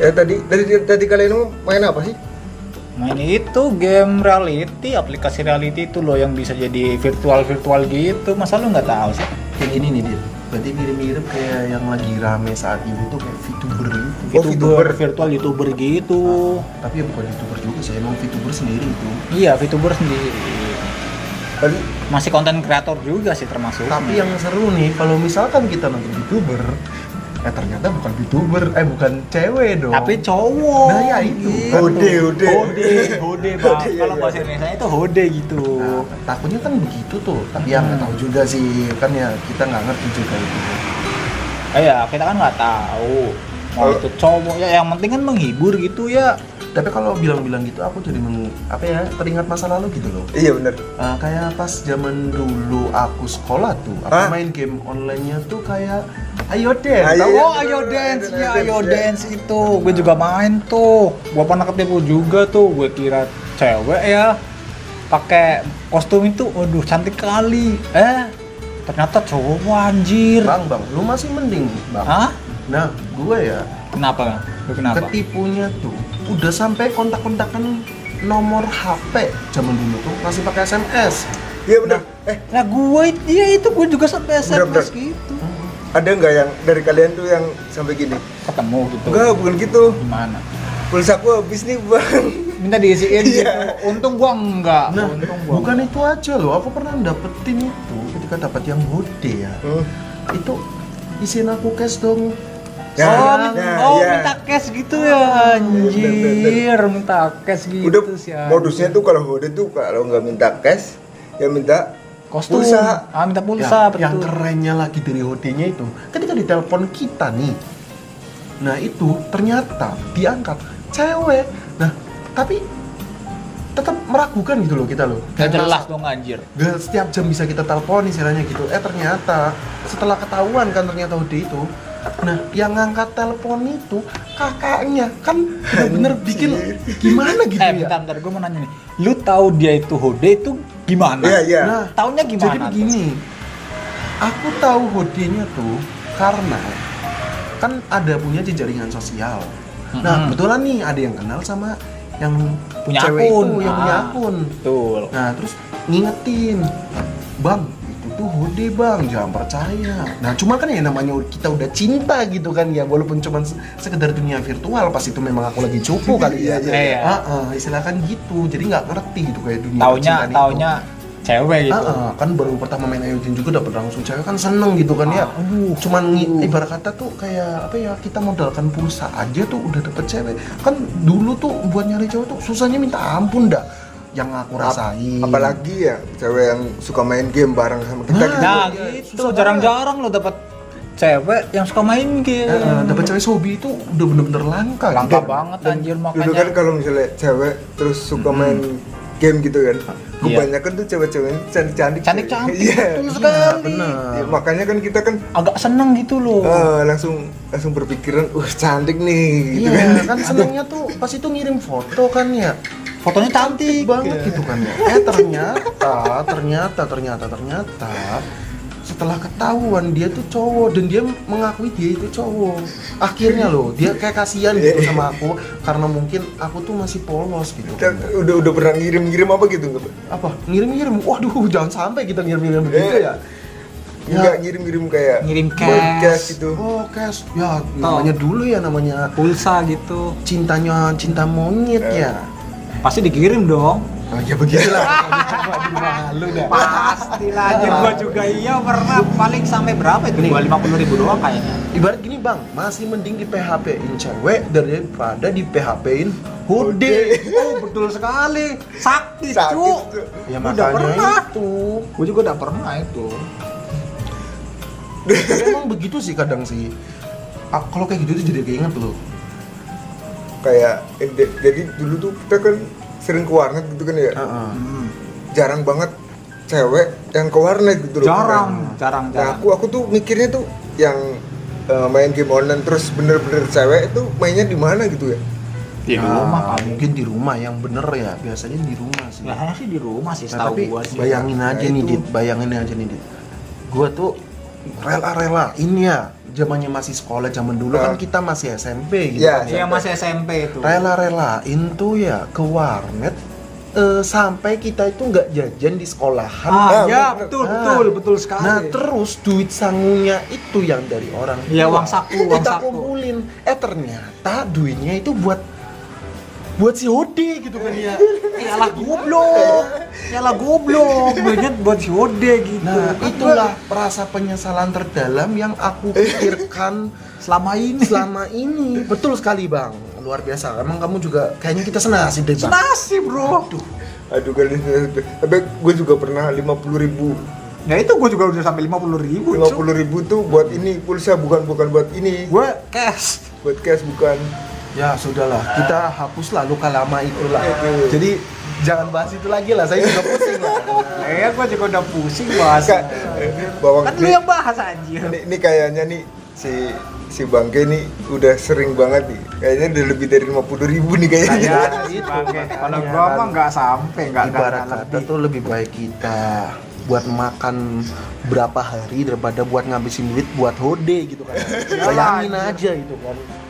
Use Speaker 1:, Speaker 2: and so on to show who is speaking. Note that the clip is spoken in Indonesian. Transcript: Speaker 1: Ya tadi dari tadi kalian mau main apa sih?
Speaker 2: Main Nah, itu game reality, aplikasi reality itu loh yang bisa jadi virtual-virtual gitu. Masa lu nggak tahu sih?
Speaker 3: Yang ini nih, Dit. Berarti mirip-mirip kayak yang lagi rame saat ini tuh kayak VTuber gitu.
Speaker 1: Oh, VTuber. Ah.
Speaker 2: virtual YouTuber gitu.
Speaker 3: Tapi ya bukan YouTuber juga sih, emang VTuber sendiri itu.
Speaker 2: Iya, VTuber sendiri.
Speaker 1: Tadi
Speaker 2: Masih konten kreator juga sih termasuk.
Speaker 3: Tapi yang seru nih, kalau misalkan kita nonton VTuber, eh ternyata bukan VTuber, eh bukan cewek dong.
Speaker 2: tapi cowok.
Speaker 3: Nah, ya itu.
Speaker 2: Gitu.
Speaker 1: Hode, hode.
Speaker 2: Hode, hode, Bang.
Speaker 1: Hode, iya,
Speaker 2: Kalau
Speaker 1: iya.
Speaker 2: bahasa Indonesia itu hode gitu.
Speaker 1: Ah.
Speaker 3: Nah, takutnya kan begitu tuh, tapi ya nggak tahu juga sih, kan ya kita nggak ngerti juga itu.
Speaker 2: Eh, ya, kita kan nggak tahu. Mau
Speaker 1: Kalau-
Speaker 2: itu cowok ya yang penting kan menghibur gitu ya.
Speaker 3: Tapi kalau bilang-bilang gitu, aku jadi meng- apa ya teringat masa lalu gitu loh.
Speaker 1: iya bener.
Speaker 3: Eh, kayak pas zaman dulu aku sekolah tuh, aku
Speaker 1: Hah?
Speaker 3: main game online-nya tuh kayak Ayo deh,
Speaker 1: Ayo
Speaker 3: tahu?
Speaker 2: Oh, Ayo Dance, ya Ayo Dance itu. Gue juga main tuh. Gue pernah ketipu juga tuh. Gue kira cewek ya pakai kostum itu, waduh cantik kali. Eh, ternyata cowok anjir.
Speaker 3: Bang, bang, lu masih mending, bang.
Speaker 2: Hah?
Speaker 3: Nah, gue ya
Speaker 2: Kenapa? Lu kenapa?
Speaker 3: ketipunya tuh udah sampai kontak-kontakan nomor HP zaman dulu tuh masih pakai SMS.
Speaker 1: Iya bener.
Speaker 3: Nah,
Speaker 1: Eh
Speaker 2: Lah gue ya itu gue juga sampai
Speaker 1: Bener, bener.
Speaker 2: SMS gitu.
Speaker 1: ada nggak yang dari kalian tuh yang sampai gini?
Speaker 2: Ketemu gitu.
Speaker 3: Oh.
Speaker 1: Enggak, bukan gitu.
Speaker 2: Gimana?
Speaker 1: Pulsa aku habis nih bang.
Speaker 2: Minta diisiin gitu.
Speaker 1: Iya.
Speaker 2: Untung gua enggak.
Speaker 3: Nah,
Speaker 2: Untung gua.
Speaker 3: bukan itu aja loh, aku pernah dapetin itu ketika dapat yang gode ya.
Speaker 1: Hmm.
Speaker 3: Itu isin aku cash dong.
Speaker 1: Ya,
Speaker 2: oh,
Speaker 1: nah,
Speaker 2: min- oh,
Speaker 1: ya.
Speaker 2: minta cash gitu ya, anjir, minta cash gitu
Speaker 1: Udah
Speaker 2: sih. anjir.
Speaker 1: modusnya tuh kalau hode tuh kalau nggak minta cash ya minta
Speaker 2: kostum.
Speaker 1: pulsa.
Speaker 2: Ah, minta
Speaker 3: Ya,
Speaker 2: pulsa betul.
Speaker 3: yang kerennya lagi dari hodenya itu, ketika ditelepon kita nih. Nah, itu ternyata diangkat cewek. Nah, tapi tetap meragukan gitu loh kita loh.
Speaker 2: Gak
Speaker 3: Kayak
Speaker 2: jelas
Speaker 3: masa-
Speaker 2: dong anjir.
Speaker 3: Gak setiap jam bisa kita telepon istilahnya gitu. Eh ternyata setelah ketahuan kan ternyata Ode itu. Nah, yang ngangkat telepon itu kakaknya kan bener-bener bikin gimana gitu
Speaker 2: eh,
Speaker 3: ya.
Speaker 2: bentar, bentar, gue mau nanya nih. Lu tahu dia itu hode itu gimana?
Speaker 1: Iya iya.
Speaker 3: Nah,
Speaker 2: Taunya gimana?
Speaker 3: Jadi begini, aku tahu hodenya tuh karena kan ada punya jejaringan sosial. Nah,
Speaker 2: Mm-mm.
Speaker 3: kebetulan nih ada yang kenal sama yang
Speaker 2: Punya
Speaker 3: cewek
Speaker 2: akun.
Speaker 3: itu, yang punya
Speaker 2: Ah.
Speaker 3: akun.
Speaker 2: Betul.
Speaker 3: Nah, terus ngingetin, bang itu tuh hode bang, jangan percaya. Nah, cuma kan ya namanya kita udah cinta gitu kan ya, walaupun cuma se- sekedar dunia virtual, pas itu memang aku lagi cupu kali ya.
Speaker 1: Iya, iya,
Speaker 2: iya.
Speaker 3: Ah, ah, istilah kan gitu, jadi nggak ngerti gitu kayak dunia
Speaker 2: Taunya
Speaker 3: percintaan itu.
Speaker 2: taunya cewek gitu.
Speaker 3: Ah, ah, kan baru pertama main Ayodin juga dapat langsung cewek kan seneng gitu kan ya.
Speaker 2: Ah, aduh.
Speaker 3: Cuman ngi- ibarat kata tuh kayak apa ya kita modalkan pulsa aja tuh udah dapet cewek. Kan dulu tuh buat nyari cewek tuh susahnya minta ampun dah yang aku rasain.
Speaker 1: Apalagi ya cewek yang suka main game bareng sama kita
Speaker 3: Nah.
Speaker 1: gitu.
Speaker 2: Nah,
Speaker 3: Iya,
Speaker 2: gitu.
Speaker 3: susah banget.
Speaker 2: Jarang-jarang lo dapat cewek yang suka main game.
Speaker 3: Eh, eh, dapet cewek sobi itu udah bener-bener langka.
Speaker 2: Langka
Speaker 3: gitu.
Speaker 2: banget
Speaker 1: Iya, Dan
Speaker 2: anjir
Speaker 1: Dulu kan
Speaker 2: makanya.
Speaker 1: kalau misalnya cewek terus suka main game gitu kan. Kebanyakan tuh cewek-cewek ini cantik-cantik.
Speaker 2: Iya. Cantik-cantik Nah.
Speaker 1: Iya.
Speaker 2: betul
Speaker 3: Iya,
Speaker 2: sekali.
Speaker 3: bener.
Speaker 1: Ya, makanya kan kita kan
Speaker 2: Agak seneng gitu loh.
Speaker 1: eh, langsung langsung berpikiran, "Wah, cantik nih." gitu
Speaker 3: Iya,
Speaker 1: kan.
Speaker 3: kan senengnya tuh pas itu ngirim foto kan ya.
Speaker 2: Fotonya cantik.
Speaker 3: banget gitu kan ya. Eh ternyata, ternyata, ternyata, ternyata setelah ketahuan dia tuh cowok dan dia mengakui dia itu cowok. Akhirnya loh, dia kayak kasihan gitu sama aku karena mungkin aku tuh masih polos gitu.
Speaker 1: Kita udah udah pernah ngirim-ngirim apa gitu nggak?
Speaker 2: Iya.
Speaker 1: Pak?
Speaker 3: Apa? Ngirim-ngirim. Waduh, jangan sampai kita ngirim-ngirim begitu ya. Ya.
Speaker 1: Nggak ngirim-ngirim kayak
Speaker 2: Ngirim
Speaker 1: buat
Speaker 2: cash.
Speaker 1: gitu.
Speaker 3: Oh, cash. Ya, namanya dulu ya namanya
Speaker 2: Pulsa gitu.
Speaker 3: cintanya cinta monyet ya.
Speaker 2: Pasti dikirim dong.
Speaker 3: Oh, ya begitulah. Waduh, malu dah.
Speaker 2: Pastilah anjir gua juga iya pernah paling sampai berapa itu? Gua 50 ribu doang kayaknya.
Speaker 3: Ibarat gini bang, masih mending di PHP-in cewek daripada di PHP-in hode.
Speaker 2: Oh, betul sekali. Sakit,
Speaker 1: Sakit,
Speaker 2: cu.
Speaker 1: Cuk.
Speaker 3: Ya
Speaker 2: Gua udah
Speaker 3: makanya
Speaker 2: pernah.
Speaker 3: itu.
Speaker 2: Gua juga udah pernah itu.
Speaker 3: Tapi emang begitu sih kadang sih. Ah, kalau kayak gitu tuh jadi keinget loh.
Speaker 1: kayak eh, de- jadi dulu tuh kita kan sering ke warnet gitu kan ya
Speaker 3: Heeh.
Speaker 2: Hmm.
Speaker 1: jarang banget cewek yang ke warnet gitu loh
Speaker 2: Jarang,
Speaker 1: Nah,
Speaker 2: jarang,
Speaker 1: nah,
Speaker 2: jarang.
Speaker 1: aku aku tuh mikirnya tuh yang eh, main game online terus bener-bener cewek itu mainnya di mana gitu ya
Speaker 2: Di
Speaker 3: Ya,
Speaker 2: rumah kali.
Speaker 3: mungkin di rumah yang bener ya biasanya di rumah sih
Speaker 2: Biasanya sih di rumah sih,
Speaker 3: Nah,
Speaker 2: setahu
Speaker 3: tapi
Speaker 2: gua sih.
Speaker 3: bayangin aja
Speaker 1: Nah,
Speaker 3: nih
Speaker 1: itu.
Speaker 3: dit bayangin aja nih dit gua tuh rela rela ini ya zamannya masih sekolah zaman dulu kan
Speaker 1: Ah.
Speaker 3: kita masih SMP gitu
Speaker 1: Iya,
Speaker 3: kan.
Speaker 2: Iya masih SMP itu.
Speaker 3: rela relain tuh ya ke warnet eh, sampai kita itu nggak jajan di sekolahan
Speaker 2: Ah,
Speaker 1: Ah,
Speaker 2: ya
Speaker 1: bener.
Speaker 2: betul,
Speaker 3: Ah.
Speaker 2: betul, betul sekali.
Speaker 3: Nah terus duit sangunya itu yang dari orang
Speaker 2: Iya,
Speaker 3: tua.
Speaker 2: uang saku, uang
Speaker 3: Kita
Speaker 2: saku.
Speaker 3: kumpulin Eh ternyata duitnya itu buat Buat si Hode gitu kan ya
Speaker 2: ya lah goblok. Ya lah goblok. Banyak buat si Ode gitu.
Speaker 3: Nah itulah perasa penyesalan terdalam yang aku pikirkan
Speaker 2: selama ini
Speaker 3: selama ini Betul sekali bang Luar biasa Emang kamu juga kayaknya kita senasib deh bang
Speaker 2: senasi, Bro.
Speaker 1: aduh kali tapi gue juga pernah 50.000 ribu
Speaker 2: Ya itu gue juga udah sampai 50 ribu
Speaker 1: 50.000 tuh buat ini pulsa bukan bukan buat ini
Speaker 2: Gue cash
Speaker 1: buat cash bukan
Speaker 3: Ya sudahlah kita hapuslah luka lama itulah
Speaker 1: Itu.
Speaker 3: Jadi jangan bahas itu lagi lah saya juga pusing lah
Speaker 2: Eh gue juga udah pusing bahas
Speaker 1: Kak, bawang
Speaker 2: Kan lu yang bahas anjir
Speaker 1: ini, ini kayaknya nih si si bangke nih udah sering banget nih kayaknya udah lebih dari 50.000 ribu nih kayaknya
Speaker 3: Iya,
Speaker 2: Iya,
Speaker 3: itu
Speaker 2: Bang.
Speaker 3: makanya
Speaker 2: Kalau gue
Speaker 3: kan.
Speaker 2: mah nggak sampai, nggak nggak-
Speaker 3: ibarat
Speaker 2: nggak
Speaker 3: kata tuh lebih baik kita buat makan berapa hari daripada buat ngabisin duit buat hode gitu kan
Speaker 2: Iyalah,
Speaker 3: bayangin
Speaker 2: anjir.
Speaker 3: aja gitu kan